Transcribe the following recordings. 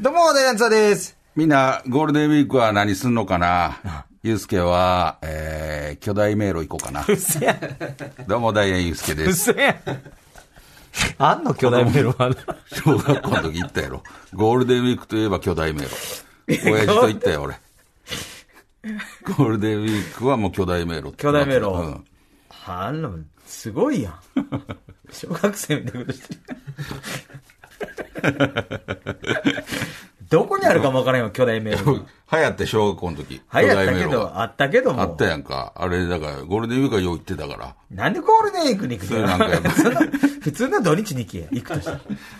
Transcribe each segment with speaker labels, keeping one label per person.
Speaker 1: どうも、ダイアンツァです。みんな、ゴールデンウィークは何すんのかなゆうすけは、えー、巨大迷路行こうかな。
Speaker 2: せやん。
Speaker 1: どうも、ダイアンゆうすけです。
Speaker 2: せやん。あんの巨大メロンはな。
Speaker 1: 小学校の時行ったやろ。ゴールデンウィークといえば巨大迷路。親父と行ったよ、俺。ゴールデンウィークはもう巨大迷路って
Speaker 2: 巨大迷路
Speaker 1: うん。
Speaker 2: あんの、すごいやん。小学生みたいなことしてる。どこにあるかもわからんよ、巨大メ ロン。
Speaker 1: 流行って小学校の時。
Speaker 2: 流行っ
Speaker 1: 巨大
Speaker 2: た
Speaker 1: 迷
Speaker 2: け
Speaker 1: 路
Speaker 2: ど、
Speaker 1: が
Speaker 2: あったけども。
Speaker 1: あったやんか。あれ、だから、ゴールデンウィークはよう行ってたから。
Speaker 2: なんでゴールデンウィークに行く
Speaker 1: そうなんかやっぱ
Speaker 2: の 普通の土日に行け、行くとし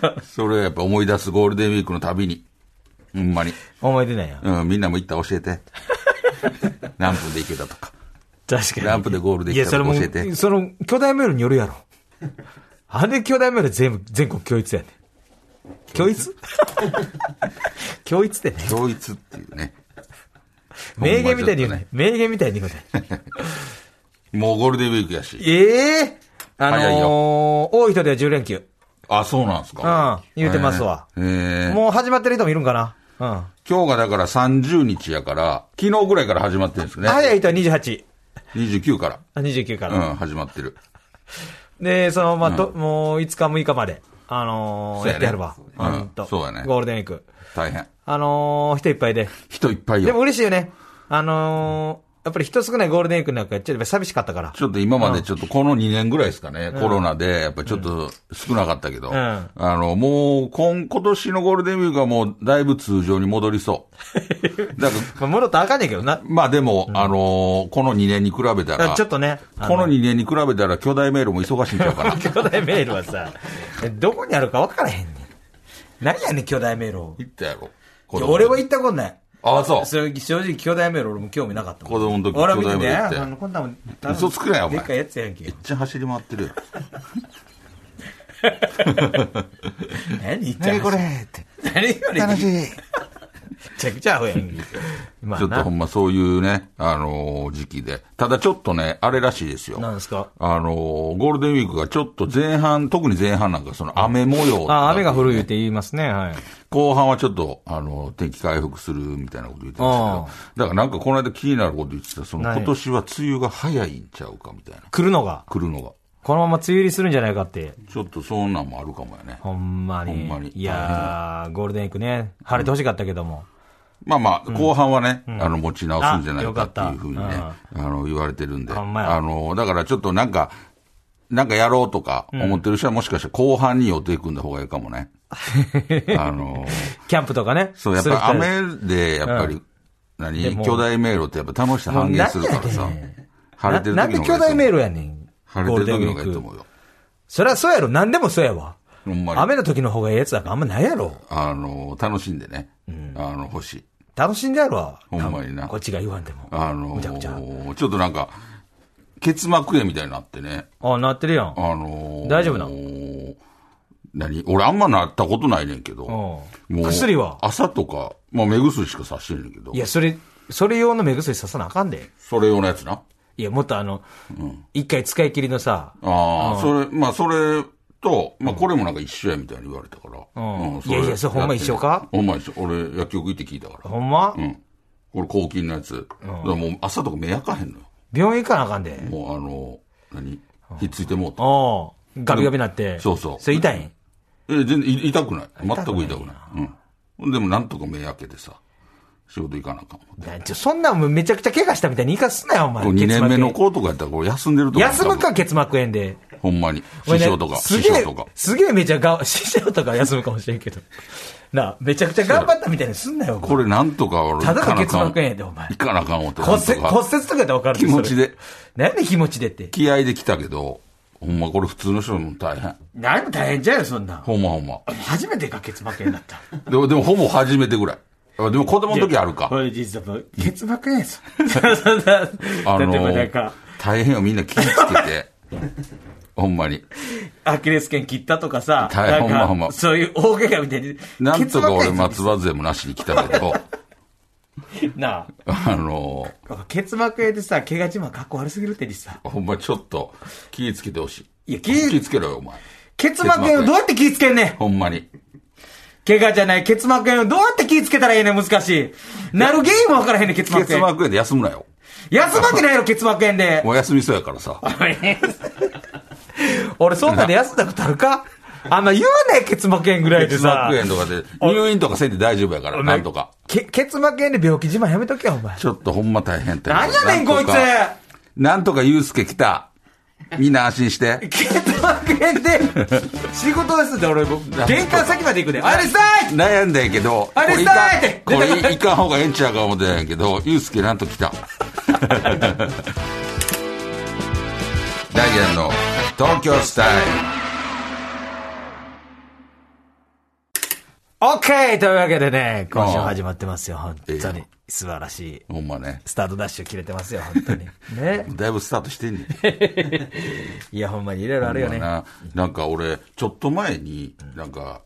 Speaker 2: たら。
Speaker 1: それはやっぱ思い出すゴールデンウィークのたびに。ほんまに。
Speaker 2: 思い出ないよ。
Speaker 1: うん、みんなも行ったら教えて。 何分で行けたとか。
Speaker 2: 確かに。
Speaker 1: ランプでゴールで
Speaker 2: い
Speaker 1: き
Speaker 2: や、
Speaker 1: た
Speaker 2: それ
Speaker 1: ら
Speaker 2: も
Speaker 1: 教えて。、
Speaker 2: その、巨大メールによるやろ。あれ巨大メール全部、全国共一やねん。共 一共一ってね。
Speaker 1: 教育っていうね。
Speaker 2: 名言みたいに言う
Speaker 1: ほんまちょっ
Speaker 2: ね。名言みたいに言うね。
Speaker 1: とねもうゴールデンウィークやし。
Speaker 2: ええあの
Speaker 1: 早い
Speaker 2: ー
Speaker 1: よ、
Speaker 2: 多い人では10連休。
Speaker 1: あ、そうなんです
Speaker 2: うん
Speaker 1: か。、
Speaker 2: 言うてますわ。
Speaker 1: えーえー
Speaker 2: もう始まってる人もいるんかな。うん。
Speaker 1: 今日がだから30日やから、昨日ぐらいから始まってるんですね。
Speaker 2: 早い人は28、
Speaker 1: 29か。
Speaker 2: あ29からら。
Speaker 1: うん、始まってる。
Speaker 2: で、そのままと、もう5日6日まで、あのー
Speaker 1: そうやね
Speaker 2: やってやるわ。
Speaker 1: そうやね
Speaker 2: んと
Speaker 1: そうやね
Speaker 2: ゴールデンウィーク。
Speaker 1: 大変。
Speaker 2: あのー人いっぱいで。
Speaker 1: 人いっぱい
Speaker 2: でも
Speaker 1: よ。
Speaker 2: 嬉しいよね。あのーやっぱり人少ないゴールデンウィークなんかやっちゃえば寂しかったから。
Speaker 1: ちょっと今までちょっとこの2年ぐらいですかね、コロナでやっぱちょっと少なかったけど、
Speaker 2: ん
Speaker 1: あの、もう今、今年のゴールデンウィークはもうだいぶ通常に戻りそう。だから、
Speaker 2: まあ、戻ったらあかんねんけどな。
Speaker 1: まあでも、あのーこの2年に比べたら、
Speaker 2: ちょっとね。
Speaker 1: この
Speaker 2: に
Speaker 1: 2年に比べたら巨大メールも忙しいんちゃうかな。
Speaker 2: 巨大迷路はさ、どこにあるか分からへんねん。何やねん、巨大迷路。
Speaker 1: 行ったやろ。
Speaker 2: いや俺は行ったことない。
Speaker 1: あ、そう。
Speaker 2: それ正直、巨大迷路俺も興味なかったもん。
Speaker 1: 子供の時
Speaker 2: 俺は見て
Speaker 1: 巨大迷
Speaker 2: ね
Speaker 1: 路行っ
Speaker 2: あ
Speaker 1: て
Speaker 2: のこんなもん、
Speaker 1: 嘘つくなよお
Speaker 2: で
Speaker 1: 前
Speaker 2: っかいやつやんけ
Speaker 1: めっ。ちゃ走り回ってるよ。
Speaker 2: 何言っちゃうこれって。何これ楽しい。めちゃくちゃアホやんけ。ま
Speaker 1: ちょっとほんまそういうね、あのー時期で。ただちょっとね、あれらしいですよ。
Speaker 2: なんですか
Speaker 1: あのーゴールデンウィークがちょっと前半、特に前半なんかその雨模様、
Speaker 2: あ、雨が降る言う
Speaker 1: う。
Speaker 2: て言いますね、はい。
Speaker 1: 後半はちょっと、あのー天気回復するみたいなこと言ってましたけど。だからなんかこの間気になること言ってた、その
Speaker 2: はい
Speaker 1: 今年は梅雨が早いんちゃうかみたいな。
Speaker 2: 来るのが、
Speaker 1: 来るのが。
Speaker 2: このまま梅雨入りするんじゃないかって。
Speaker 1: ちょっとそんなんもあるかもやね。
Speaker 2: ほんまに。
Speaker 1: ほんまに
Speaker 2: いやー、ゴールデンウィークね、晴れてほしかったけども。
Speaker 1: まあまあ、後半はね、あの、持ち直すんじゃないかって
Speaker 2: あ
Speaker 1: いう
Speaker 2: よ
Speaker 1: ふうにね、
Speaker 2: か
Speaker 1: あの、言われてるんで。
Speaker 2: ほんまや
Speaker 1: あの、だからちょっとなんか、なんかやろうとか思ってる人はもしかしたら後半に予定組んだ方がいいかも ね。あの、
Speaker 2: キャンプとかね。
Speaker 1: そう、やっ
Speaker 2: する人
Speaker 1: ぱ雨で、やっぱり、
Speaker 2: で
Speaker 1: 何
Speaker 2: も
Speaker 1: 巨大迷路ってやっぱ楽しさ半減するから
Speaker 2: もう
Speaker 1: さ
Speaker 2: 何やねん。
Speaker 1: 晴れてる
Speaker 2: な
Speaker 1: 時
Speaker 2: なん
Speaker 1: の
Speaker 2: で
Speaker 1: 方がいいと思
Speaker 2: 巨
Speaker 1: う
Speaker 2: 大迷路やねん。
Speaker 1: 晴れてる時の方
Speaker 2: ゴー
Speaker 1: が
Speaker 2: ル
Speaker 1: いい
Speaker 2: デンウ
Speaker 1: と
Speaker 2: ィー
Speaker 1: 思
Speaker 2: ク
Speaker 1: うよ。
Speaker 2: そりゃそうやろ。何でもそうやわ。
Speaker 1: ほんまに。
Speaker 2: 雨の時の方がええやつなんかあんまないやろ。
Speaker 1: あの、楽しんでね。あの、欲しい。
Speaker 2: 楽しんでやろ。
Speaker 1: ほんまにな
Speaker 2: こっちが言わんでも。
Speaker 1: あの
Speaker 2: むちゃくちゃ。
Speaker 1: ちょっとなんか、結膜炎みたいになってね。
Speaker 2: あ、なってるやん。
Speaker 1: あのー
Speaker 2: 大丈夫な
Speaker 1: 何俺あんまなったことないねんけど。
Speaker 2: うん
Speaker 1: もう
Speaker 2: 薬は
Speaker 1: 朝とか、まあ目薬しかさしてんねんけど
Speaker 2: い。や、それ、それ用の目薬ささなあかんで。
Speaker 1: それ用のやつな。
Speaker 2: いや、もっとあの、一、回使い切りのさ、
Speaker 1: ああ、それ、まあそれと、まあこれもなんか一緒やみたいに言われたから。
Speaker 2: うん
Speaker 1: れ
Speaker 2: いやいやそれほんま一緒か
Speaker 1: やってねほんま一緒。俺薬局行って聞いたから。
Speaker 2: ほんま、
Speaker 1: うん。これ抗菌のやつ。だからもう朝とか目開かへんのよ。
Speaker 2: 病院行かなあかんで。
Speaker 1: もうあのー何ひっついてもうて。
Speaker 2: おうガビガビなって。
Speaker 1: そうそう
Speaker 2: それ痛いん。
Speaker 1: え、全然い痛くない。全く痛くない。うん。でもなんとか目開けてさ、仕事行かなあかん思って。
Speaker 2: なんちょそんなんもうめちゃくちゃ怪我したみたいに言いかすなよ、お前。
Speaker 1: 2年目の
Speaker 2: 結膜
Speaker 1: 子とかやったらこれ休んでると
Speaker 2: 炎
Speaker 1: 思う。
Speaker 2: 休む
Speaker 1: 多
Speaker 2: か、
Speaker 1: 分
Speaker 2: 結膜炎で。
Speaker 1: ほんまに。
Speaker 2: 俺
Speaker 1: 師
Speaker 2: ね
Speaker 1: 匠とか、
Speaker 2: す
Speaker 1: 師
Speaker 2: げえ
Speaker 1: 匠とか。
Speaker 2: すげえめちゃが、 師匠とか休むかもしれんけど。なあ、めちゃくちゃ頑張ったみたいにすんなよ、お前
Speaker 1: これなんとか俺、
Speaker 2: ただの結膜炎や
Speaker 1: 行
Speaker 2: でお前
Speaker 1: かなあかん思って。
Speaker 2: 骨折、
Speaker 1: なんと
Speaker 2: 骨
Speaker 1: か
Speaker 2: 折とかやったら分かる
Speaker 1: 気持ちで。
Speaker 2: 何で気持ちでって。
Speaker 1: 気合で来たけど、ほんまこれ普通の人も大変。
Speaker 3: 何も大変じゃよ、そんなん。
Speaker 1: ほんまほんま。
Speaker 3: 初めてがケツ負けになった。
Speaker 1: でも、でもほぼ初めてぐらい。あでも子供の時あるか。
Speaker 3: これ実は、ケツ負けや ぞ。そんな、
Speaker 1: あの
Speaker 3: 例えばなんか、
Speaker 1: 大変よ、みんな気ぃつけ て。ほんまに。
Speaker 3: アキレス腱切ったとかさ、
Speaker 1: 大
Speaker 3: な
Speaker 1: 変ほんまほん
Speaker 3: ん
Speaker 1: ま
Speaker 3: か、そういう大怪我みたいに。
Speaker 1: なんとか俺、
Speaker 3: ケツばっか
Speaker 1: 松葉杖もなしに来たけど、
Speaker 3: りな
Speaker 1: あの
Speaker 3: あ、結膜炎でさ、怪我自慢かっこ悪すぎるって実さ。
Speaker 1: ほんまちょっと気ぃつけてほしい。
Speaker 3: いや気
Speaker 1: 気
Speaker 3: ぃ
Speaker 1: ぃつけろよ、お前。
Speaker 3: 結膜炎をどうやって気ぃつけんねん
Speaker 1: ほんまに。
Speaker 3: 怪我じゃない結膜炎をどうやって気ぃつけたらええねん難しい。なる原因もわからへんねん、結膜
Speaker 1: 月
Speaker 3: 炎。
Speaker 1: 膜炎で休むなよ。
Speaker 3: 休まってないやろ、結膜炎 で。
Speaker 1: もう休みそうやからさ。
Speaker 2: 俺、そんなで休んだことあるかあんま言うね、結膜炎ぐらいで
Speaker 1: 月
Speaker 2: さ
Speaker 1: 膜。炎とかで、入院とかせんで大丈夫やから、なんとか。
Speaker 2: け結膜炎で病気自慢やめとけよ、お前。
Speaker 1: ちょっとほんま大変って。
Speaker 3: なんやねん、こいつ。
Speaker 1: なんとかゆうすけ来た。みんな安心して。
Speaker 3: 結膜炎で、仕事ですんで、俺、もう玄関先まで行くで。 あれさーい
Speaker 1: 悩んだんやけど、
Speaker 3: あれ
Speaker 1: こい
Speaker 3: 痛
Speaker 1: か
Speaker 3: いって
Speaker 1: これいかん方がええんちゃうか思ってたんやけど、ゆうすけなんと 来た。ダイアンの東京スタイ
Speaker 2: オッケーというわけでね、今週始まってますよ、本当
Speaker 1: いい
Speaker 2: に
Speaker 1: よ。
Speaker 2: 素晴らしい。
Speaker 1: ル。ほんまね。
Speaker 2: スタートダッシュ切れてますよ、本当に。ね。
Speaker 1: だいぶスタート してんねん。
Speaker 2: いや、ほんまにいろいろあるよね。
Speaker 1: ななんか俺、ちょっと前に、なんか、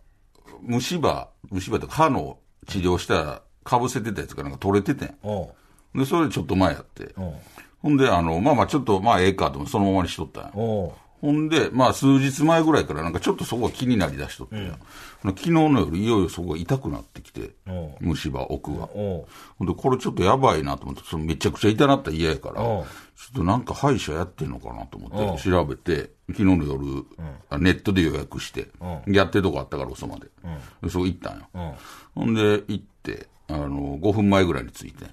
Speaker 1: 虫歯、虫歯とか歯の治療した、かぶせてたやつがなんか取れててん。
Speaker 2: おう
Speaker 1: で、それちょっと前やって。
Speaker 2: おう
Speaker 1: ほんで、あの、まあまあちょっと、まあええかと思ってそのままにしとったんや。
Speaker 2: おう
Speaker 1: ほんで、まあ数日前ぐらいからなんかちょっとそこが気になりだしとってんや、ほな昨日の夜、いよいよそこが痛くなってきて、
Speaker 2: お
Speaker 1: 虫歯奥が。
Speaker 2: おう
Speaker 1: ほんで、これちょっとやばいなと思って、そのめちゃくちゃ痛なったら嫌やから、ち
Speaker 2: お
Speaker 1: ょ
Speaker 2: う
Speaker 1: っとなんか歯医者やってんのかなと思って調べて、昨日の夜、あネットで予約して、やってるとこあったから、おそまで。でそこ行ったんよ。ほんで、行って、あの、5分前ぐらいに着いて。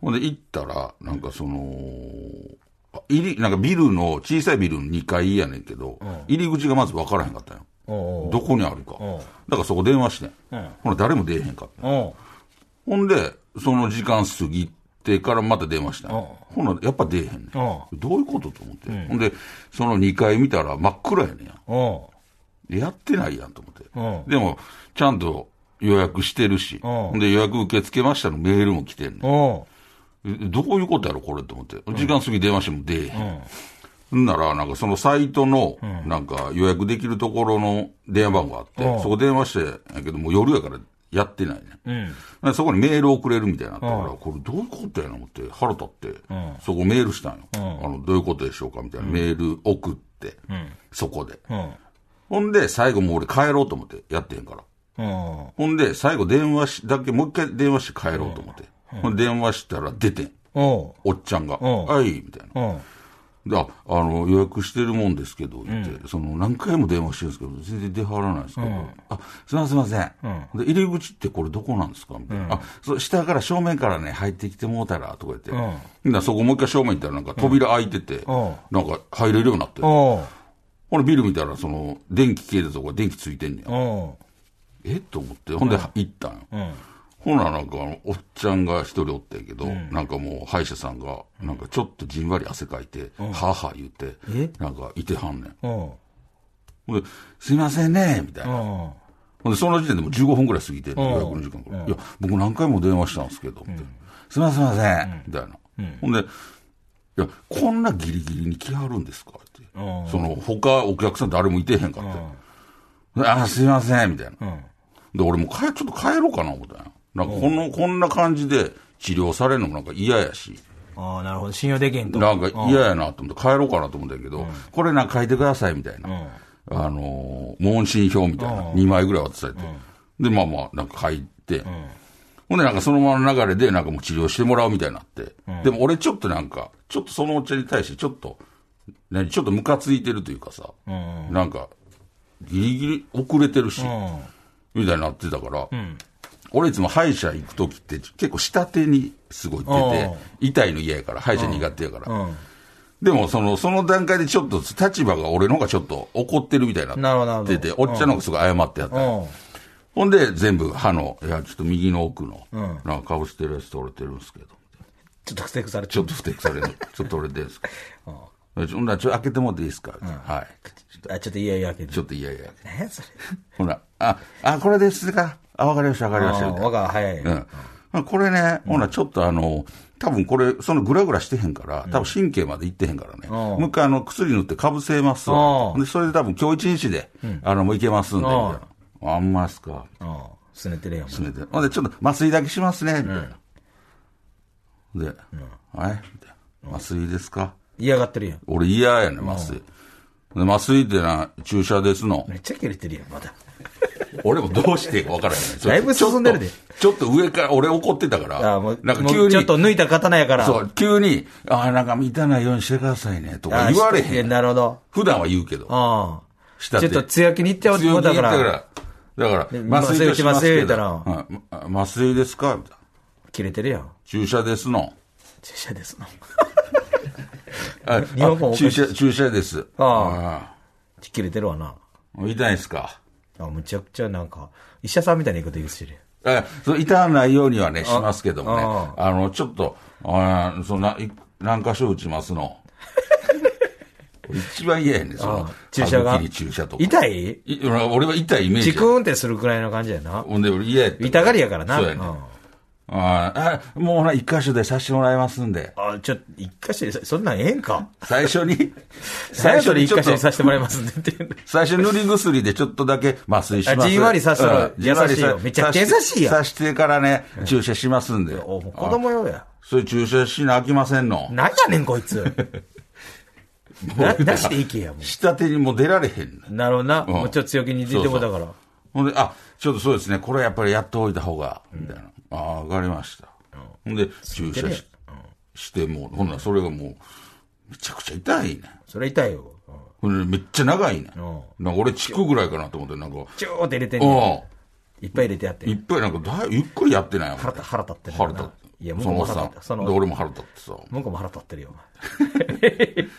Speaker 1: ほんで、行ったら、なんかその、あ入り、なんかビルの、小さいビルの2階やねんけど、入り口がまず分からへんかったんよ。
Speaker 2: おう
Speaker 1: どこにあるか。だからそこ電話してん。ほら、誰も出えへんかった。
Speaker 2: おう
Speaker 1: ほんで、その時間過ぎてからまた電話したんよほんならやっぱ出えへんねん。どういうことと思って。ほんで、その2階見たら真っ暗やねんや。
Speaker 2: お
Speaker 1: やってないやんと思っ
Speaker 2: う
Speaker 1: て。でも、ちゃんと予約してるし、ほんで予約受け付けましたのメールも来てん
Speaker 2: う
Speaker 1: ねん
Speaker 2: お
Speaker 1: えどういうことやろこれと思って。時間過ぎ電話しても出えへん。ほんなら、なんかそのサイトの、なんか予約できるところの電話番号あって、そこ電話してんやけど、もう夜やからやってないね。でそこにメール送れるみたいになったから、これどういうことやな思って、腹立って、そこメールしたんよ、あの。どういうことでしょうかみたいな、メール送って、そこで。
Speaker 2: ううん
Speaker 1: ほんで、最後もう俺帰ろうと思って、やってへんから。
Speaker 2: うん
Speaker 1: ほんで、最後電話し、だけもう一回電話して帰ろうと思って。ほんで電話したら出てん。
Speaker 2: お
Speaker 1: お
Speaker 2: う
Speaker 1: っちゃんが、
Speaker 2: ん
Speaker 1: はい、みたいな。
Speaker 2: おう
Speaker 1: で、ああの、予約してるもんですけど、言って、その、何回も電話してるんですけど、全然出払わないですけど、あ、すいません、すいません。で、入り口ってこれどこなんですかみたいな。あ、そう、下から正面からね、入ってきてもうたら、とか言って。うん、そこもう一回正面行ったら、なんか扉開いてて、
Speaker 2: ん
Speaker 1: なんか入れるようになって。
Speaker 2: おう
Speaker 1: ほら、ビル見たら、その、電気消えたとこ電気ついてんねん。
Speaker 2: おう
Speaker 1: えと思って、ほんで行ったんよ。ほな、なんか、あのおっちゃんが一人おったんやけど、なんかもう、歯医者さんが、なんかちょっとじんわり汗かいて、はあはあ言って、なんか、いてはんねん。
Speaker 2: おう
Speaker 1: ほんで、すいませんね、みたいな。
Speaker 2: おう
Speaker 1: ほんで、その時点でもう15分くらい過ぎてて、予約の時間から。いや、僕何回も電話したんですけど、みたいなすいません、すいません、みたいな。ほんで、いや、こんなギリギリに来はるんですかって。その、他お客さん誰もいてへんかって。であ、すいません、みたいな。で、俺もかえちょっと帰ろうかな、思ったんやなんか、この、こんな感じで治療されるのもなんか嫌やし。
Speaker 2: ああ、なるほど。信用できへんと。
Speaker 1: なんか嫌やなと思って帰ろうかなと思ったんやけど、これなんか書いてくださいみたいな。あのー問診票みたいな。2枚ぐらい渡されて。で、まあまあ、なんか書いて。ほんで、なんかそのままの流れで、なんかもう治療してもらうみたいになって。でも俺ちょっとなんか、ちょっとそのおっちゃんに対してちょっと、何、ちょっとムカついてるというかさ、なんか、ギリギリ遅れてるし、みたいになってたから、俺いつも歯医者行く時って結構下手にすごい行ってて、痛いの嫌やから、歯医者苦手やから。でもその、その段階でちょっと立場が俺の方がちょっと怒ってるみたいに
Speaker 2: なるほどな
Speaker 1: な
Speaker 2: る
Speaker 1: っ
Speaker 2: ほど
Speaker 1: てて、おっちゃんの方がすごい謝ってやったの。
Speaker 2: おう
Speaker 1: ほんで全部歯の、いやちょっと右の奥の、なんか被してるやつ取れてるんですけど。
Speaker 2: ちょっと不正くさ れ
Speaker 1: ちょっと不適される。ちょっと俺ですか。ほんならちょっと開けてもらっていいですか、はい。
Speaker 2: ちょっとあ、ちょっといやいやけど。
Speaker 1: ちょっといやいや。
Speaker 2: 何やそれ。
Speaker 1: ほら、あ、あ、これですか。あ、わかりました、わかりました。みたいな
Speaker 2: 我が早い。
Speaker 1: うん。これね、ほら、ちょっとあの、多分これ、そのぐらぐらしてへんから、多分神経までいってへんからね。もう一回あの、薬塗ってかぶせますわ
Speaker 2: う。ん
Speaker 1: で、それで多分今日一日で、あの、もういけますんで、みたいな。あんまっすか。
Speaker 2: うん。すねてるやん。
Speaker 1: すねて。ほんで、ちょっと麻酔だけしますね、みたいな。で、はいみたいな麻酔ですか
Speaker 2: 嫌がってるやん。
Speaker 1: 俺嫌やね、麻酔。で麻酔ってな、注射ですの。
Speaker 2: めっちゃ切れてるやん、まだ。
Speaker 1: 俺もどうしていいか分からへんね。
Speaker 2: だいぶ進んでるで
Speaker 1: ちょっと。ちょっと上から、俺怒ってたから、
Speaker 2: あもう、
Speaker 1: なんか
Speaker 2: も
Speaker 1: 急
Speaker 2: う
Speaker 1: に
Speaker 2: ちょっ、と抜いた刀やから。
Speaker 1: そう、急に、ああ、なんか満たないようにしてくださいね、と
Speaker 2: あ
Speaker 1: か言われ
Speaker 2: い
Speaker 1: へ
Speaker 2: や
Speaker 1: ん。
Speaker 2: なるほど。
Speaker 1: 普段は言うけど。
Speaker 2: うん。
Speaker 1: ち
Speaker 2: ちょっと強気に言ってお
Speaker 1: 強気
Speaker 2: だ
Speaker 1: に言
Speaker 2: か、
Speaker 1: ったからら。だから、
Speaker 2: で
Speaker 1: 麻酔としますけど、
Speaker 2: 麻酔言
Speaker 1: うんあ麻酔ですかみたいな
Speaker 2: 切れてるやん。
Speaker 1: 注射ですの。
Speaker 2: 注射ですな。
Speaker 1: あ
Speaker 2: 日本語
Speaker 1: あ
Speaker 2: おかしい
Speaker 1: 注射、注射です。
Speaker 2: あ切れてるわな。
Speaker 1: あ。痛いですか
Speaker 2: あ、むちゃくちゃなんか、医者さんみたいな言い方言うしね。
Speaker 1: え、そう痛らないようにはね、しますけどもね。あ
Speaker 2: あ
Speaker 1: の、ちょっと、あーそんな、い何箇所打ちます の一番嫌やねんその
Speaker 2: あ、注射
Speaker 1: 歯
Speaker 2: が
Speaker 1: 茎に注射とか。
Speaker 2: 痛い
Speaker 1: い俺俺は痛いイメージ
Speaker 2: チ
Speaker 1: や。
Speaker 2: クーンってするくらいの感じやな。
Speaker 1: ほんで、俺嫌やった
Speaker 2: 痛がりやからな。
Speaker 1: そうやね。
Speaker 2: うん
Speaker 1: あーあ、もうほな、一箇所でさせてもらいますんで。
Speaker 2: あ、ちょっと、一箇所で、そそんなんええんか。
Speaker 1: 最初 に、
Speaker 2: 最初で一
Speaker 1: ちょっ
Speaker 2: 箇所
Speaker 1: と
Speaker 2: にさせてもらいますんでっていう。
Speaker 1: 最初塗り薬でちょっとだけ麻酔します。
Speaker 2: あじんわり刺したら
Speaker 1: うんじんわり刺
Speaker 2: 優しいよめちゃくちゃ優しいやん
Speaker 1: 刺してからね、注射しますんで。
Speaker 2: おもう子供用や。
Speaker 1: それ注射しなあきませんの。
Speaker 2: なんやねん、こいつ。な、なしでいけや、も
Speaker 1: 下手にもう出られへんねん
Speaker 2: う。なるほどな。
Speaker 1: うん
Speaker 2: もうちょっと強気に出てもだから。
Speaker 1: ほんで、あ、ちょっとそうですね、これやっぱりやっておいた方が、みたいな。ああ、わかりました。ほんで、注射しして、もう、ほんならそれがもう、めちゃくちゃ痛いね。
Speaker 2: それ痛いよ。うん
Speaker 1: ほんで、めっちゃ長いね。
Speaker 2: う
Speaker 1: なんか俺、チクぐらいかなと思って、なんか、
Speaker 2: チューって入れてんね。
Speaker 1: うん
Speaker 2: いっぱい入れてやって。
Speaker 1: ん。いっぱいなんかだい、ゆっくりやってないよ。
Speaker 2: 腹立腹立ってんの
Speaker 1: 腹
Speaker 2: かな
Speaker 1: 立って。
Speaker 2: いや、向
Speaker 1: そ
Speaker 2: こう
Speaker 1: のお
Speaker 2: も
Speaker 1: っ
Speaker 2: 腹
Speaker 1: さ
Speaker 2: 立って。そ
Speaker 1: ん。で、
Speaker 2: の、
Speaker 1: 俺も腹立ってさ、
Speaker 2: 向こうも腹立ってるよ、お前。
Speaker 1: ギュ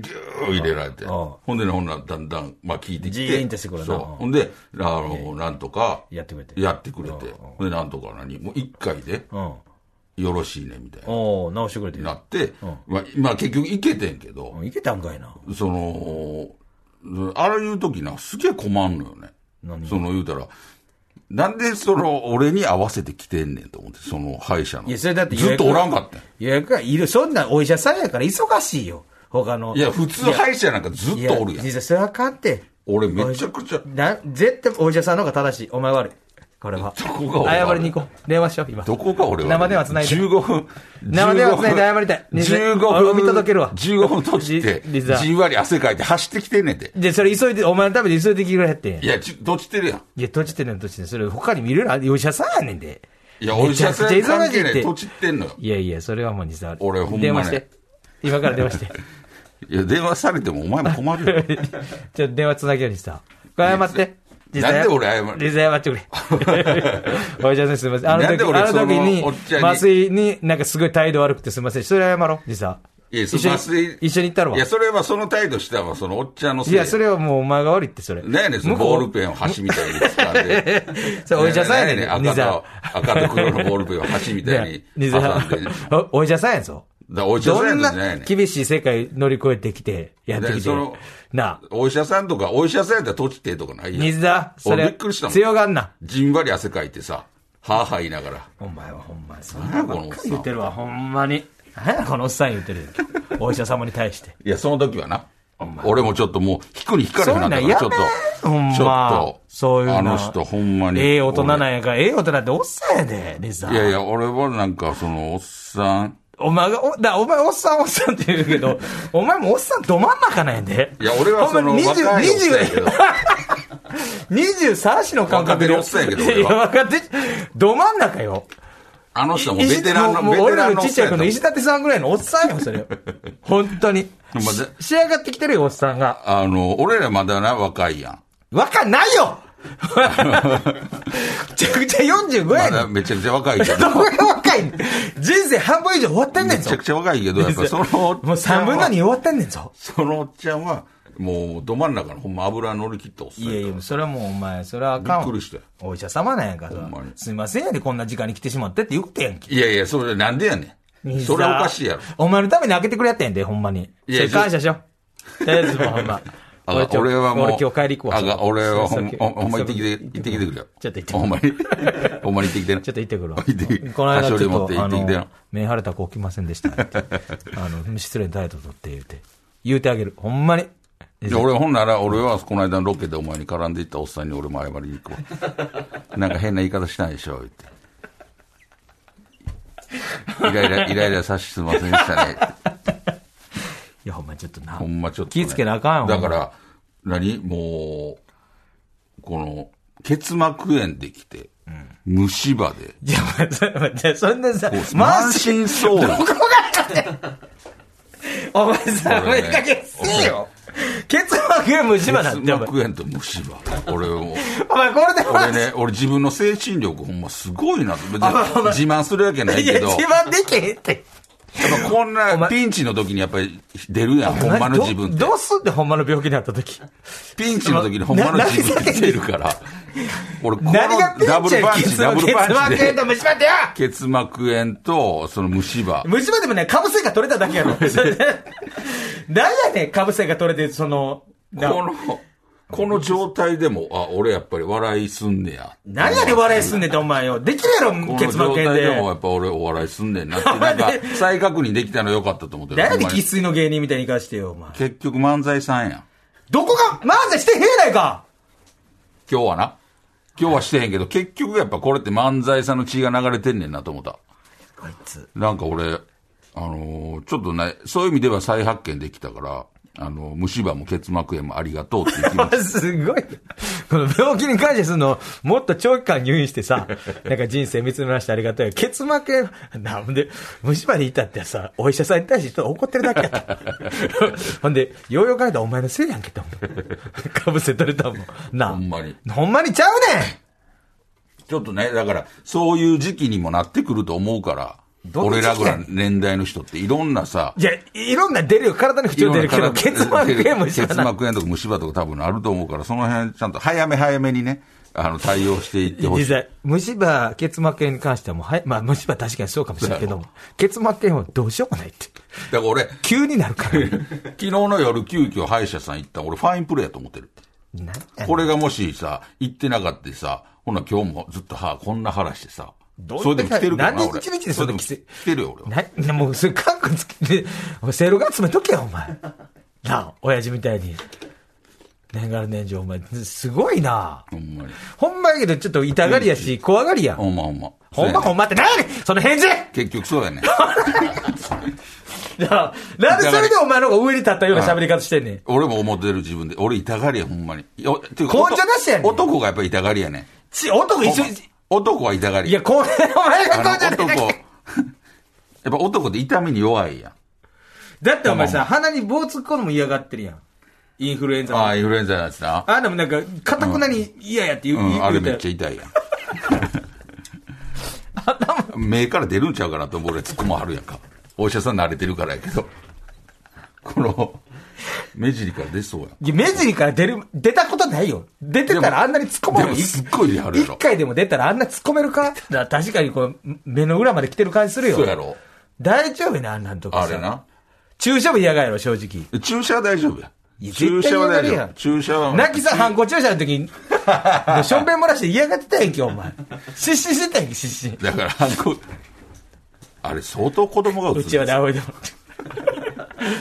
Speaker 1: ー入れられて。
Speaker 2: うん
Speaker 1: ほんでね、ほんならだんだん、まあ聞いてきて。
Speaker 2: ジーンってしてくるな
Speaker 1: そう
Speaker 2: うん
Speaker 1: ほんで、あの、なんとか、
Speaker 2: やってくれて。
Speaker 1: やってくれて
Speaker 2: うん。
Speaker 1: ほんで、なんとか何もう一回で、
Speaker 2: うん。
Speaker 1: よろしいね、みたいな。
Speaker 2: おお直してくれてる。
Speaker 1: なって、まあ、まあ結局行けてんけど、
Speaker 2: うんいけたんかいな。
Speaker 1: その、あらいう時な、すげえ困んのよね。その言うたら、なんでその、俺に合わせて来てんねんと思って、その歯医者の。
Speaker 2: いや、それだって予
Speaker 1: ずっ
Speaker 2: 約
Speaker 1: とおらんかったん
Speaker 2: 予約がいる。そんなお医者さんやから忙しいよ。他の。
Speaker 1: いや、普通歯医者なんかず
Speaker 2: い
Speaker 1: っ
Speaker 2: や
Speaker 1: とおるやん。
Speaker 2: 実際それはあかんって。
Speaker 1: 俺めちゃくちゃ、
Speaker 2: な、絶対お医者さんの方が正しい。お前悪い。これは。
Speaker 1: どこが俺悪い
Speaker 2: 謝りに行こう。電話しよう、今。
Speaker 1: どこか俺は。
Speaker 2: 生電話繋いで
Speaker 1: 15分。
Speaker 2: 生電話繋いで謝りたい
Speaker 1: 15
Speaker 2: 俺
Speaker 1: 分。
Speaker 2: 見届けるわ
Speaker 1: 15分閉じて、
Speaker 2: リリザ
Speaker 1: じんわり汗かいて走ってきてんねんて。
Speaker 2: で、それ急いで、お前のために急いで来てくれってんや
Speaker 1: いや、ち閉じてるやん。
Speaker 2: いや、閉じてるの閉じてる。それ他に見るな。お医者さんやねんで。
Speaker 1: いや、お医者さん
Speaker 2: めちゃくちゃ忙
Speaker 1: 関
Speaker 2: しい
Speaker 1: 係
Speaker 2: っ
Speaker 1: ない。
Speaker 2: て
Speaker 1: 閉じてんのよ。
Speaker 2: いやいや、それはもう実は。
Speaker 1: 俺ほんまね
Speaker 2: 電話して。今から電話 して。
Speaker 1: いや、電話されてもお前も困るよ。
Speaker 2: ちょっと電話つなげようにさ。これ謝って。
Speaker 1: いやなんで俺謝る
Speaker 2: 実際 謝ってくれ。お医者さんすみません。あの
Speaker 1: なん
Speaker 2: 時、
Speaker 1: で俺
Speaker 2: あの時
Speaker 1: そのお
Speaker 2: に
Speaker 1: っちゃん、に
Speaker 2: 麻酔になんかすごい態度悪くてすみません。それ謝ろう、実際。
Speaker 1: いや、そ
Speaker 2: 一緒に
Speaker 1: 麻酔
Speaker 2: 一緒に行ったろ
Speaker 1: いや、それはその態度したわ、そのおっちゃんのせい。
Speaker 2: いや、それはもうお前が悪いって、それ。
Speaker 1: 何やねん、その
Speaker 2: 向こ
Speaker 1: ボ
Speaker 2: う
Speaker 1: ールペンを箸みたいに掴んで。
Speaker 2: そうお医者さんやねん
Speaker 1: 何赤
Speaker 2: ニザ
Speaker 1: と、赤と黒のボールペンを箸みたいに
Speaker 2: ね
Speaker 1: 挟んで。
Speaker 2: ねおお医者さんやぞ。
Speaker 1: だお医者さんやね
Speaker 2: ど
Speaker 1: ん
Speaker 2: ん
Speaker 1: じゃ
Speaker 2: な
Speaker 1: ないねん。
Speaker 2: 厳しい世界乗り越えてきて、やって
Speaker 1: ね
Speaker 2: きて
Speaker 1: その。
Speaker 2: なあ、
Speaker 1: お医者さんとか、お医者さんやったら閉じてとかないやん。
Speaker 2: 水田、そ
Speaker 1: 俺び
Speaker 2: れ
Speaker 1: っくりした、もん
Speaker 2: 強がんな。
Speaker 1: じんわり汗かいてさ、はぁはぁ言いながら。
Speaker 2: お前はほんまに、そん
Speaker 1: 何
Speaker 2: な
Speaker 1: やこのおっさ
Speaker 2: 言っ
Speaker 1: ん。
Speaker 2: てるわ、ほんまに。何や、このおっさん言ってる。 お医者様に対して。
Speaker 1: いや、その時はな。俺もちょっともう、引くに引かれへんなったか
Speaker 2: そんなん
Speaker 1: ら、
Speaker 2: や
Speaker 1: ちょっと。
Speaker 2: ほんま。
Speaker 1: ちょっと。
Speaker 2: そういうの
Speaker 1: あの人、ほんまに。
Speaker 2: ええ大人なんやから、ええ大人っておっさんやで、リさ
Speaker 1: いや
Speaker 2: ん。
Speaker 1: いや、俺はなんか、その、おっさん。
Speaker 2: お前が、お、だ、お前おっさんおっさんって言うけ ど、お前もおっさんど真ん中なんやで。
Speaker 1: いや、俺はその、
Speaker 2: ほんまに20
Speaker 1: 若いおっさんやけど。
Speaker 2: 23歳の感覚
Speaker 1: 若手
Speaker 2: で。
Speaker 1: のおっさんやけど俺は
Speaker 2: や、若手、ど真ん中よ。
Speaker 1: あの人はもうベテランの、ベ
Speaker 2: もうもう
Speaker 1: テ
Speaker 2: 俺
Speaker 1: ラ
Speaker 2: ら
Speaker 1: ンの
Speaker 2: の
Speaker 1: おっ
Speaker 2: ちっち
Speaker 1: さ
Speaker 2: ゃ
Speaker 1: んやと
Speaker 2: い子の
Speaker 1: 思う
Speaker 2: 石立さんぐらいのおっさんよ、それ。本当に
Speaker 1: ほんま。
Speaker 2: し仕上がってきてるよ、おっさんが。
Speaker 1: あの、俺らまだな、若いやん。
Speaker 2: 若ないよめちゃくちゃ45
Speaker 1: ま
Speaker 2: やね
Speaker 1: だ
Speaker 2: ん。
Speaker 1: めちゃくちゃ若い けど
Speaker 2: ど。こが若いねん人生半分以上終わってんねん
Speaker 1: め
Speaker 2: ぞ
Speaker 1: ちゃ。くちゃ若いけど、やっぱそのおっ
Speaker 2: もう
Speaker 1: ちゃ
Speaker 2: 3
Speaker 1: ん
Speaker 2: 分の2
Speaker 1: は、
Speaker 2: 終わってんねんぞ。
Speaker 1: そのおっちゃんは、もう、ど真ん中のほんま油乗り切ったおっさん
Speaker 2: いやい
Speaker 1: や
Speaker 2: や、それはもうお前、それはあ
Speaker 1: か
Speaker 2: からんわ
Speaker 1: びっくりしたよ。
Speaker 2: お医者様なんやから
Speaker 1: ほんまに
Speaker 2: さ。すいませんやで、こんな時間に来てしまってって言うことやんけ。
Speaker 1: いやいや、それなんでやねん。
Speaker 2: 兄さん
Speaker 1: それはおかしいやろ。
Speaker 2: お前のために開けてくれやってんで、ほんまに。
Speaker 1: い
Speaker 2: そ
Speaker 1: や
Speaker 2: れ感謝しよう。とりあえずもうほんま。
Speaker 1: あが俺はもう。
Speaker 2: 俺今日帰り行くわ。
Speaker 1: あが俺はほん
Speaker 2: そう
Speaker 1: ほんほんま行ってきて、
Speaker 2: ち
Speaker 1: 行ってきてくれよ。
Speaker 2: ちょっと行って
Speaker 1: ほんまに。ほんまに行 ってき てな。
Speaker 2: ょっと行ってくるわ。
Speaker 1: 行ってきて
Speaker 2: この間ちょ
Speaker 1: 菓
Speaker 2: っ
Speaker 1: 子折り持って
Speaker 2: と、
Speaker 1: 行
Speaker 2: あ
Speaker 1: ってきて
Speaker 2: の
Speaker 1: よ、
Speaker 2: 目晴れた子来ませんでしたね って。あの、失礼な態度とって言うて。言うてあげる。ほんまに。
Speaker 1: で俺、ほんなら、俺はこの間のロケでお前に絡んでいったおっさんに俺も謝りに行 くわ。なんか変な言い方したんでしょ、言って。イライラ、イライラさしすいませんでしたね。
Speaker 2: いや、ほんまちょっとな
Speaker 1: ほ。んまちょっと、
Speaker 2: 気ぃつけなあかんよ
Speaker 1: だから、何もう、この、結膜炎できて、虫歯で、
Speaker 2: いや、まあそれまあ、そんなさ、
Speaker 1: 満
Speaker 2: 満
Speaker 1: 身創痍。
Speaker 2: お前さ、
Speaker 1: 俺ね
Speaker 2: お前かけすぎよ。結膜炎虫歯なん
Speaker 1: 結
Speaker 2: て、お前。
Speaker 1: 膜炎と虫歯。俺も。
Speaker 2: お前これで
Speaker 1: 俺ね、俺自分の精神力ほんますごいなと。別に自慢するわけない
Speaker 2: いや、
Speaker 1: けど、
Speaker 2: 一
Speaker 1: やっ
Speaker 2: 番できへんって。
Speaker 1: ぱこんな
Speaker 2: 前
Speaker 1: ピンチの時にやっぱり出るやん、ほんまの自分って
Speaker 2: ど。どうすんでほんまの病気になった時。
Speaker 1: ピンチの時にほんまの自分って出るから。俺、この
Speaker 2: 何がピ
Speaker 1: ダ
Speaker 2: ン
Speaker 1: ブ
Speaker 2: チ
Speaker 1: ル
Speaker 2: や
Speaker 1: パン
Speaker 2: 結
Speaker 1: チ、ダブ
Speaker 2: 膜
Speaker 1: ルパンチ
Speaker 2: 炎
Speaker 1: で、
Speaker 2: と虫歯ってよ
Speaker 1: 結膜炎と、その虫歯。
Speaker 2: 虫歯でもね、かぶせが取れた だけやろ。それで何やねん、かぶせが取れて、その、な
Speaker 1: この、この状態でも、あ、俺やっぱり笑いすんねや。
Speaker 2: 何やねん、笑いすんねんって、お前よ。できるやろ、
Speaker 1: この
Speaker 2: 結膜
Speaker 1: 状
Speaker 2: 炎
Speaker 1: 態でも
Speaker 2: で。
Speaker 1: やっぱ俺お笑いすんねんなって、 なんか再確認できたのよかったと思ってる
Speaker 2: 何やねん、
Speaker 1: ほんまに
Speaker 2: 生粋の芸人みたいに言い返してよ、お前。
Speaker 1: 結局漫才さんやん。
Speaker 2: どこが、漫才してへんやないか
Speaker 1: 今日はな。今日はしてへんけど、結局やっぱこれって漫才さんの血が流れてんねんなと思った。
Speaker 2: こいつ。
Speaker 1: なんか俺、あのーちょっとね、そういう意味では再発見できたから、あのー虫歯も結膜炎もありがとうって いう気持ち
Speaker 2: すごい。この病気に感謝するの、もっと長期間入院して さ、なんか人生見つめましてありがたい。結膜炎、なんで、虫歯でいたってさ、お医者さんに対してちょっと怒ってるだけや った。ほんで、ヨーヨーガイドお前のせいやんけって思 う。かぶせ取れたもん。なあ
Speaker 1: ほんまに。
Speaker 2: ほんまにちゃうねん
Speaker 1: ちょっとね、だから、そういう時期にもなってくると思うから、
Speaker 2: どんな
Speaker 1: 俺
Speaker 2: 時期
Speaker 1: らぐらいの年代の人っていろんなさ、
Speaker 2: いや、いろんな出るよ。体の不調出るけど、結膜炎もし
Speaker 1: 結
Speaker 2: かない。
Speaker 1: 膜炎とか虫歯とか多分あると思うから、その辺ちゃんと早め早めにね、あの、対応していってほし
Speaker 2: 実
Speaker 1: い。
Speaker 2: 際、虫歯、結膜炎に関してはもう、はい、まあ虫歯確かにそうかもしれないけども、結膜炎はどうしようもないって。
Speaker 1: だから俺、
Speaker 2: 急になるから。
Speaker 1: 昨日の夜急遽歯医者さん行った俺ファインプレーやと思ってる。
Speaker 2: なん
Speaker 1: これがもしさ、行ってなかったりさ、ほな今日もずっと歯こんな腹してさ、
Speaker 2: どんだけ
Speaker 1: それでも来てるからな
Speaker 2: なんで
Speaker 1: 俺
Speaker 2: 一日でそ
Speaker 1: そ
Speaker 2: ん
Speaker 1: れでも
Speaker 2: なきつい
Speaker 1: 来てるよ俺は。
Speaker 2: な、 なもう、それ、カッコつけて、お前セロガ詰めとけよ、お 前。なあ、親父みたいに。年がら年中、お前、すごいな。
Speaker 1: ほんまに。
Speaker 2: ほんまやけど、ちょっと痛がりやし、怖がりやん。
Speaker 1: ほんまほんま。
Speaker 2: ほん
Speaker 1: そ
Speaker 2: ま
Speaker 1: う
Speaker 2: ほ
Speaker 1: やね
Speaker 2: んまって、なやねんその返事な
Speaker 1: 結局 そうやね。
Speaker 2: あなんでそれでお前の方が上に立ったような喋り方してんねん。
Speaker 1: 俺も思ってる自分で。俺痛がりや、ほんまに。よっていうか
Speaker 2: 紅茶出してやねん
Speaker 1: 男がやっぱり痛がりやね。
Speaker 2: ち、男一緒に、
Speaker 1: 男は痛がり。
Speaker 2: いや、これ、お前が
Speaker 1: あ
Speaker 2: こ
Speaker 1: の
Speaker 2: うじゃねえ
Speaker 1: 男、や っぱ男って痛みに弱いやん。
Speaker 2: だってお前さ、鼻に棒突っ込むのも嫌がってるやん。インフルエンザ
Speaker 1: あ
Speaker 2: の。
Speaker 1: あ、インフルエンザのやつな。
Speaker 2: あんなもんなんか、かたくなに嫌やって言う、
Speaker 1: うん、あれめっ
Speaker 2: ゃ
Speaker 1: ちゃ痛いやん。目から出るんちゃうかなと思う俺、突っ込まはるやんか。お医者さん慣れてるからやけど。この、目尻から出そうやん。
Speaker 2: いや、目尻から出る、出たことないよ。出てたらあんなに突っ込ま
Speaker 1: で
Speaker 2: な
Speaker 1: も
Speaker 2: い。
Speaker 1: すっごいリアルや
Speaker 2: 一
Speaker 1: ろ。
Speaker 2: 回でも出たらあんな突っ込めるかだから確かにこう、目の裏まで来てる感じするよ。
Speaker 1: そうやろ。
Speaker 2: 大丈夫やな、あんなんとか
Speaker 1: あ
Speaker 2: さ
Speaker 1: れな。
Speaker 2: 注射も嫌がやろ、正直。
Speaker 1: 注射は大丈夫や
Speaker 2: いや。
Speaker 1: 注射は大
Speaker 2: 絶対嫌がる
Speaker 1: 丈
Speaker 2: や
Speaker 1: 夫。
Speaker 2: ん
Speaker 1: 注射は。
Speaker 2: 泣きさ、犯行注射の時に、もうしょんべん漏らして嫌がってたやんけ、お前。失神してたやんけ、失神。
Speaker 1: だから、あのあれ相当子供が映
Speaker 2: うちは
Speaker 1: る。
Speaker 2: であおいでも。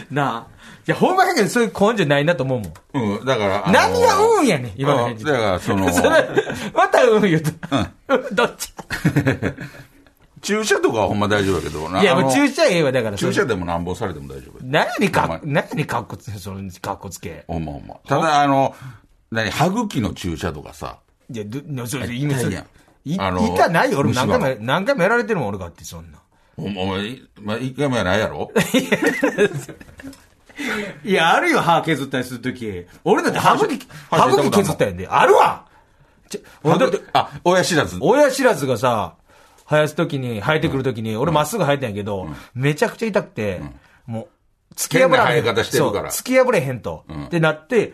Speaker 2: なあ。いや、ほんまやけど、そういう根性ないなと思うもん。
Speaker 1: うん、だから。あの
Speaker 2: 何がうんやねん、今の返事。、
Speaker 1: うんだから、その
Speaker 2: それまたうん言うと。 どっち
Speaker 1: 注射とかはほんま大丈夫やけどな。
Speaker 2: いや、も
Speaker 1: あ
Speaker 2: う
Speaker 1: の
Speaker 2: 注射ええわ、だから。
Speaker 1: 注射でもなんぼされても大丈夫や。
Speaker 2: 何に
Speaker 1: お
Speaker 2: か
Speaker 1: 前、
Speaker 2: 何にかっこつけ、その、かっこつけ。
Speaker 1: ほんまほんま。ただ、あの、何、歯茎の注射とかさ、
Speaker 2: いや、ど、なそれ、意味
Speaker 1: 痛
Speaker 2: す
Speaker 1: い
Speaker 2: る
Speaker 1: やん。
Speaker 2: い
Speaker 1: あの
Speaker 2: 痛ないよ、俺も何
Speaker 1: 虫歯
Speaker 2: 回もや、何回もやられてるもん、俺がって、そんな。
Speaker 1: おお前、まあ、一回もやないやろ
Speaker 2: いや、あるよ、歯削ったりするとき。俺だって歯茎、
Speaker 1: 歯
Speaker 2: 歯
Speaker 1: 削ったことあんの
Speaker 2: 茎削ったやんで。あるわちょ俺だって、
Speaker 1: あ、親知らず。
Speaker 2: 親知らずがさ、生やすときに、生えてくるときに、俺まっすぐ生えたんやけど、めちゃくちゃ痛くて、もう、突き破らへ
Speaker 1: 変
Speaker 2: ん。
Speaker 1: な生え方してるから
Speaker 2: そう突き破れへんと。ってなって、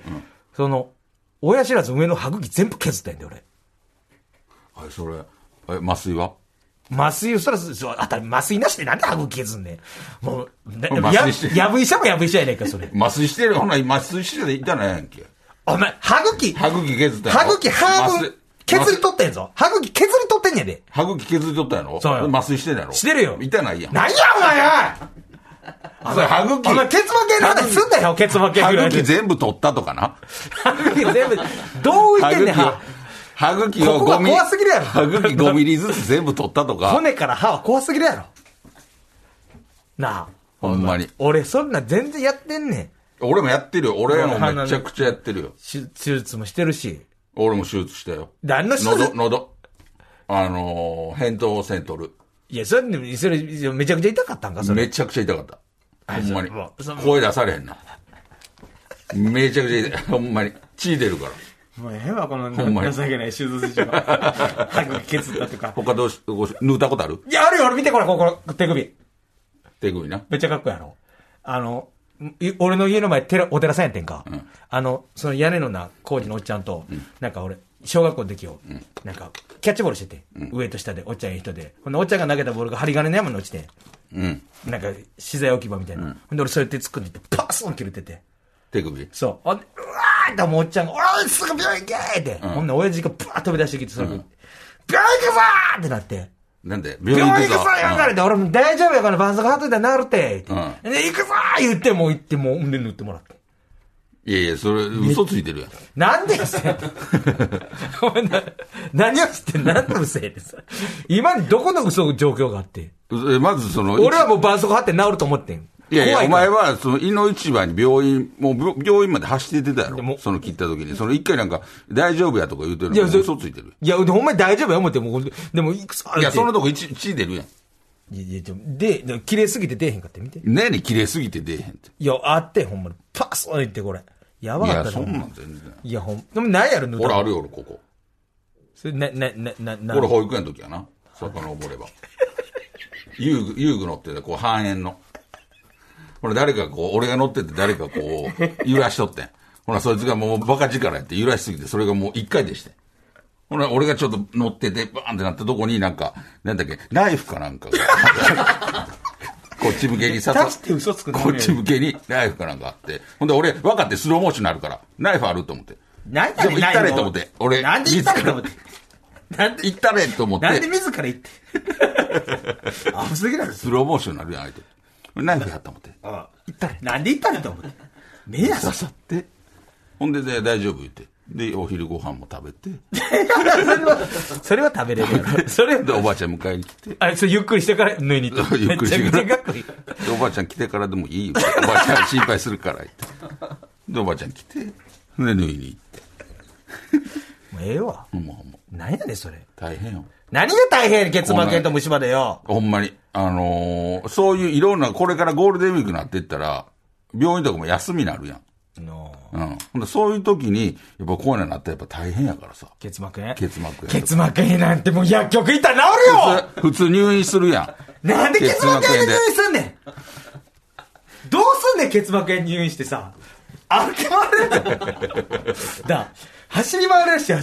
Speaker 2: その、親知らず上の歯茎全部削ったんやで、俺。
Speaker 1: はい、それ、え、麻酔は
Speaker 2: 麻酔、そら、そうあた麻酔なしでなんで歯茎削んねん。もう、な
Speaker 1: 麻酔して
Speaker 2: や、やぶ医者もやぶ医者やねんか、それ。
Speaker 1: 麻酔してる、ほな、麻酔してで行ったらええやんけ。
Speaker 2: お前、歯茎、
Speaker 1: 歯茎削ったやろ
Speaker 2: 歯茎半分、削り取ってんぞ。歯茎削り取ってんねんで。
Speaker 1: 歯茎削り取ったやろ
Speaker 2: そうよ
Speaker 1: 麻酔してんやろ
Speaker 2: してるよ
Speaker 1: 痛ないやん。
Speaker 2: なんや、お前や
Speaker 1: それ歯茎
Speaker 2: お前、ケツ負けの話すんだよ、ケツ負け
Speaker 1: 歯
Speaker 2: ぐらい
Speaker 1: 茎
Speaker 2: で。
Speaker 1: 全部取ったとかな。
Speaker 2: 歯茎全部、どう浮い
Speaker 1: 歯
Speaker 2: てんね
Speaker 1: 茎
Speaker 2: ん、
Speaker 1: を
Speaker 2: 歯。、
Speaker 1: 歯茎を
Speaker 2: ここが
Speaker 1: 5ミリ、
Speaker 2: 怖すぎるやろ
Speaker 1: 歯茎5ミリずつ全部取ったとか、
Speaker 2: 骨から歯は怖すぎるやろ。なあ。
Speaker 1: ほんまに。
Speaker 2: 俺、そんな全然やってんねん。
Speaker 1: 俺もやってるよ。俺もめちゃくちゃやってるよ。
Speaker 2: 手手術もしてるし。
Speaker 1: 俺も手術したよ。
Speaker 2: 何 の手術
Speaker 1: 喉、喉。あのー、扁桃腺取る。
Speaker 2: いや、それで、それ、めちゃくちゃ痛かったんか、それ。
Speaker 1: めちゃくちゃ痛かった。ほんまに
Speaker 2: もうそ。
Speaker 1: 声出されへんな。めちゃくちゃ痛い。ほんまに。血出るから。
Speaker 3: もうええわ、この
Speaker 1: ほんまに
Speaker 3: 情 けない手術所が。歯茎削ったとか。
Speaker 1: 他どうし、ごし縫うたことある
Speaker 3: いや、あるよ、俺見てこれ、ここ、手首。
Speaker 1: 手首な。
Speaker 2: めっちゃかっこいいやろ。あの、い俺の家の前、寺お寺さんやってんか。あの、その屋根のな、工事のおっちゃんと、なんか俺、小学校の時を、なんか、キャッチボールしてて、上と下で、おっちゃんいい人で。ほんで、おっちゃんが投げたボールが針金の山に落ちて、
Speaker 1: うん。
Speaker 2: なんか、資材置き場みたいな。ほんで、俺それ手突っ込んで、パーソン切れてて。
Speaker 1: 手首。
Speaker 2: そう。ほんで、うわーって、もうおっちゃんが、おい、すぐ病院行けーって。ほんで、親父がバーッ飛び出してきて、それ、病院行くぞーってなって。
Speaker 1: なんで
Speaker 2: 病
Speaker 1: 病
Speaker 2: 院
Speaker 1: 院
Speaker 2: 行
Speaker 1: 行
Speaker 2: くぞ
Speaker 1: く
Speaker 2: 言われて、俺も大丈夫やから、絆創膏貼っといたら治るって。
Speaker 1: う
Speaker 2: で、行くぞー言って、もう行って、もう、で、塗ってもらって。
Speaker 1: いやいや、それ、嘘ついてるやん。
Speaker 2: なんでうせ えお前な何をしてん何のうせえってさ。今にどこの嘘状況があって。
Speaker 1: えまずその、
Speaker 2: 俺はもう絆創膏貼って治ると思ってん。
Speaker 1: いやいや、
Speaker 2: 怖
Speaker 1: お
Speaker 2: か
Speaker 1: 前
Speaker 2: ら
Speaker 1: は、その、胃の市場に病院、もう病病院まで走って出たや
Speaker 2: で
Speaker 1: ろ
Speaker 2: も。
Speaker 1: その切った時に。その一回なんか、大丈夫やとか言うてるの
Speaker 2: いや
Speaker 1: に
Speaker 2: それ
Speaker 1: 嘘ついてる。
Speaker 2: いや、でほんまに大丈夫や思って、もう、でも、いくつあ
Speaker 1: いや、その
Speaker 2: の、
Speaker 1: とこ血血出るやん。
Speaker 2: いやいやちょで、で綺麗すぎて出えへんかって見て。い
Speaker 1: ねに切れすぎて出えへんって。
Speaker 2: や、あって、ほんまに。パッソン言って、これ。やば
Speaker 1: い
Speaker 2: かっ
Speaker 1: や、
Speaker 2: た
Speaker 1: そんな
Speaker 2: な。
Speaker 1: ん全然。
Speaker 2: いや、ほん、でもないやろ、塗った
Speaker 1: 俺
Speaker 2: の
Speaker 1: あるよ、俺ここ。
Speaker 2: それ、な、な、な、な、な、
Speaker 1: 俺保育園の時やな。遡れば。 遊具、遊具乗ってて、こう、半円の。ほら、誰かこう、俺が乗ってて誰かこう、揺らしとってん。ほら、そいつがもうバカ力やって揺らしすぎて、それがもう一回でしてん。ほら、俺がちょっと乗ってて、バーンってなったとこになんか、なんだっけ、ナイフかなんかが。 こっち向けに刺さ
Speaker 3: 出して嘘つくの
Speaker 1: こっち向けにナイフかなんかあって。ほんで俺、分かってスローモーションになるから、ナイフあると思って。
Speaker 3: 何
Speaker 1: でも行ったれと思って。俺、
Speaker 3: なんで行ったれと思って。
Speaker 1: なんで行ったれと思って。
Speaker 3: なんで自ら行って。 危すぎるやろ
Speaker 1: スローモーションになるやん、相手。ナイフやった思って。
Speaker 3: あ行ったれ。なんで行ったれと思って。目や
Speaker 1: 刺
Speaker 3: さ。
Speaker 1: さって。ほんで、で大丈夫言って。で、お昼ご飯も食べて。
Speaker 2: それは、それは食べれるやろ。それ
Speaker 1: で、、おばあちゃん迎えに来て。
Speaker 2: あ、それゆっくりしてから縫いに行った。
Speaker 1: ゆっくりしてから
Speaker 2: めちゃくちゃかっこいい。
Speaker 1: でおばあちゃん来てからでもいいよ。おばあちゃん心配するから言って。で、おばあちゃん来て。で、脱いに行って。
Speaker 2: もうええわ。
Speaker 1: ほんまほんま。
Speaker 2: 何やねん、それ。
Speaker 1: 大変よ。
Speaker 2: 何が大変やねん、結膜炎と虫歯でよ。
Speaker 1: ほんまに。あのーそういういろんな、これからゴールデンウィークになっていったら、病院とかも休みになるやん。
Speaker 2: の
Speaker 1: うん。ほんで、そういう時に、やっぱこういうのになったらやっぱ大変やからさ。
Speaker 2: 結膜炎
Speaker 1: 結膜炎。
Speaker 2: 結膜炎なんてもう薬局行ったら治るよ
Speaker 1: 普通普通入院するやん。
Speaker 2: なんで結膜炎で入院すんねん
Speaker 3: どうすんねん、結膜炎入院してさ。
Speaker 2: 歩き回れるんだだ、走り回れるし、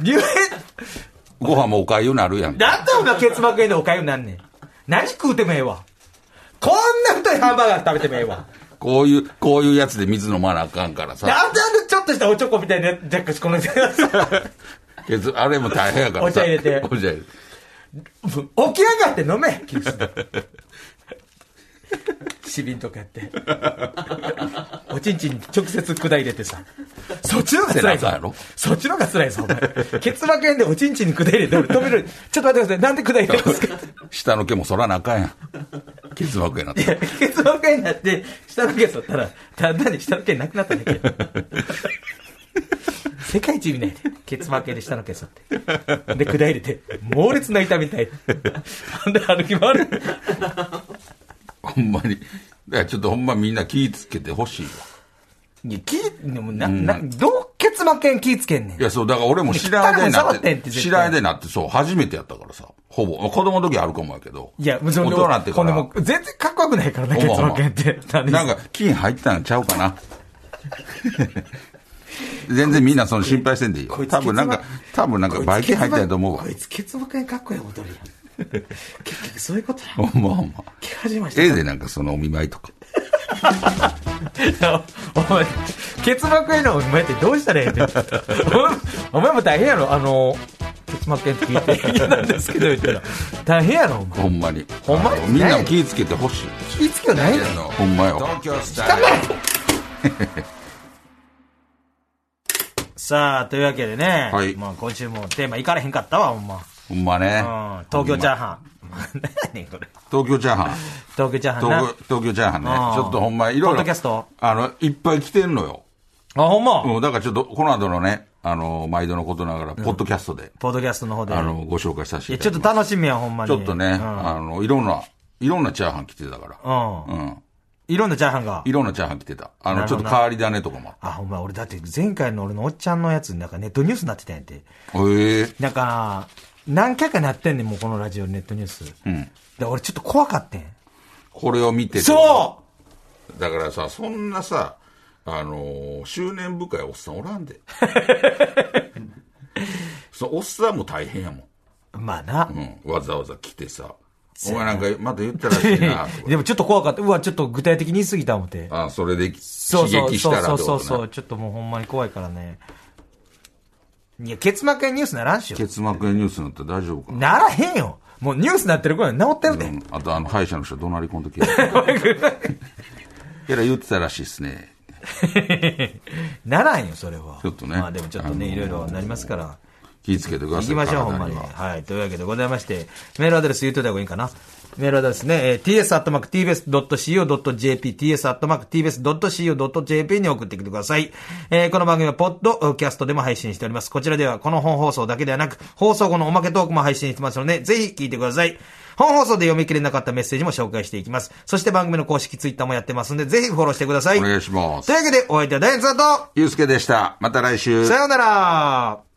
Speaker 2: 入院、
Speaker 1: ご飯もおかゆになるやんか。
Speaker 2: なんでお前結膜炎でおかゆなんねん。何食うてもええわ。こんな太いハンバーガー食べてもええわ。
Speaker 1: こういう、こういうやつで水飲まなあかんからさ。
Speaker 2: なんであのちょっとしたおちょこみたいなやつ、ジャックしこの
Speaker 1: けどあれも大変やからさ。
Speaker 2: お茶入れて
Speaker 1: お茶入れて。
Speaker 2: 起き上がって飲めキリスシビンとかやって。おちんちん直接管入れてさ。そっちの方が辛い
Speaker 1: 背中やろ
Speaker 2: ぞ。そっちの方が辛いぞ、お前。結膜炎でおちんちんに管入れて、俺止める。ちょっと待ってください。なんで管入れるんですか
Speaker 1: 下の毛も剃らなあかんやん。結膜炎な って。
Speaker 2: 結膜炎になって、下の毛剃ったら、だんだんに下の毛なくなったんだけど。世界一意味ないで。結膜炎で下の毛剃って。で、管入れて、猛烈な痛みたい。ほんで歩き回る。
Speaker 1: ほんまに。だからちょっとほんまみんな気ぃつけてほしいわ。
Speaker 2: いや、気、でもな、な、どう結膜炎気ぃつけんねん。
Speaker 1: いや、そう、だから俺も知らん間にな
Speaker 2: 汚いもん触
Speaker 1: っ
Speaker 2: ってん
Speaker 1: て
Speaker 2: って、絶
Speaker 1: 知
Speaker 2: 対
Speaker 1: らん間になって、そう、初めてやったからさ。ほぼ。子供の時あるかもやけど。
Speaker 2: いや、もうそ
Speaker 1: 大
Speaker 2: の
Speaker 1: 人になってか
Speaker 2: ほんで
Speaker 1: ら。
Speaker 2: もう全然かっこよくないからな、結
Speaker 1: ほんま
Speaker 2: 膜炎って。
Speaker 1: ほんまなんか、菌入ってたんちゃうかな。 全然みんなその心配せんでいいよ
Speaker 2: こい。つ
Speaker 1: 多分なんか
Speaker 2: 結、
Speaker 1: 多分なんか、バイキン入ったんやと思うわ
Speaker 2: こ。いつ結膜炎かっこよ、踊りや。結局そういうことなの
Speaker 1: ほんまほんま。
Speaker 2: 聞き始めました
Speaker 1: ええで、なんかそのお見舞いとか。
Speaker 4: お前、結膜炎のお前ってどうしたらええって。お前も大変やろ、あの、結膜炎って 聞いて、なんですけど、言ったら。大変やろ、お前
Speaker 1: ほんまに。
Speaker 4: ほんま
Speaker 1: あのみんなも気ぃつけてほしい。
Speaker 2: 気付けないねん
Speaker 1: あのほんまよ。
Speaker 2: さあというわけでね、
Speaker 1: はい
Speaker 2: まあ、今週もテーマいかれへんかったわほんま、
Speaker 1: ほんまね。
Speaker 2: うん、東京チャーハン何やねんこれ
Speaker 1: 東京チャーハン。
Speaker 2: 東京チャーハンな
Speaker 1: 東京東京チャーハンね
Speaker 2: あ。ー
Speaker 1: ちょっとほんまいろ
Speaker 2: ポ
Speaker 1: い
Speaker 2: ッ
Speaker 1: ろ
Speaker 2: ドキャスト。
Speaker 1: あの、いっぱい来てんのよ。
Speaker 2: あほんま、
Speaker 1: うん、だからちょっと、この後のね、あの、毎度のことながら、ポッドキャストで、
Speaker 2: ポッドキャストの方で
Speaker 1: あの、ご紹介させ
Speaker 2: い
Speaker 1: てい
Speaker 2: や
Speaker 1: た
Speaker 2: ち
Speaker 1: だ
Speaker 2: ょっ
Speaker 1: き
Speaker 2: と
Speaker 1: ます。
Speaker 2: 楽しみやほんまに
Speaker 1: ちょっとね、あの、いろんな、いろんなチャーハン来てたか
Speaker 2: う
Speaker 1: ら。
Speaker 2: ん、うん、
Speaker 1: うん。
Speaker 2: いろんなチャーハンが
Speaker 1: いろんなチャーハン来てた。あ
Speaker 2: な
Speaker 1: の、
Speaker 2: る
Speaker 1: ち
Speaker 2: ほ
Speaker 1: ょっ
Speaker 2: ど
Speaker 1: と
Speaker 2: な
Speaker 1: 変わり種とかも。
Speaker 2: あほんま俺だって前回の俺のおっちゃんのやつなんかネットニュースになってたんやって
Speaker 1: ええ
Speaker 2: なんか何回かなってんねんもうこのラジオネットニュース、
Speaker 1: ん
Speaker 2: で俺ちょっと怖かってん
Speaker 1: これを見てて
Speaker 2: そう
Speaker 1: だからさ、そんなさ、あのー、執念深いおっさんおら んで。そのおっさんも大変やもん。
Speaker 2: うまあな、
Speaker 1: うん、わざわざ来てさ。お前なんかまた言ったらしいなと
Speaker 2: で
Speaker 1: か。
Speaker 2: もちょっと怖かった。うわ、ちょっと具体的に言い過ぎた思って。
Speaker 1: あそれで刺
Speaker 2: そうそう
Speaker 1: 激したら
Speaker 2: そ
Speaker 1: ど
Speaker 2: うそううそう
Speaker 1: ぞ
Speaker 2: そ
Speaker 1: な
Speaker 2: う。ちょっともうほんまに怖いからね。いや、結膜炎ニュースならんしよ。
Speaker 1: 結膜炎ニュースになったら大丈夫かな。
Speaker 2: ならへんよ。もうニュースなってる頃に治ってるで。
Speaker 1: うんあとあの、歯医者の人怒鳴り込んできて。いやら言ってたらしいっすね。
Speaker 2: ならんよ、それは。
Speaker 1: ちょっとね
Speaker 2: まあでもちょっとね、
Speaker 1: あのー
Speaker 2: いろいろなりますから。
Speaker 1: 気ぃつけてくだ
Speaker 2: 行
Speaker 1: さい。
Speaker 2: きましょう、ほんま
Speaker 1: 体
Speaker 2: に。
Speaker 1: には
Speaker 2: はい。というわけでございまして、メールアドレス言うといた方がいいかな。メールアドレスね、えー、ts.tbs.co.jp、ts.tbs.co.jp に送ってきてください。えーこの番組は、ポッドキャストでも配信しております。こちらでは、この本放送だけではなく、放送後のおまけトークも配信してますので、ぜひ聞いてください。本放送で読み切れなかったメッセージも紹介していきます。そして番組の公式ツイッターもやってますんで、ぜひフォローしてください。
Speaker 1: お願いしま
Speaker 2: と
Speaker 1: す
Speaker 2: いう。わけで、お相手はダイアンさんと、
Speaker 1: ゆうすけでした。また来週。
Speaker 2: さようなら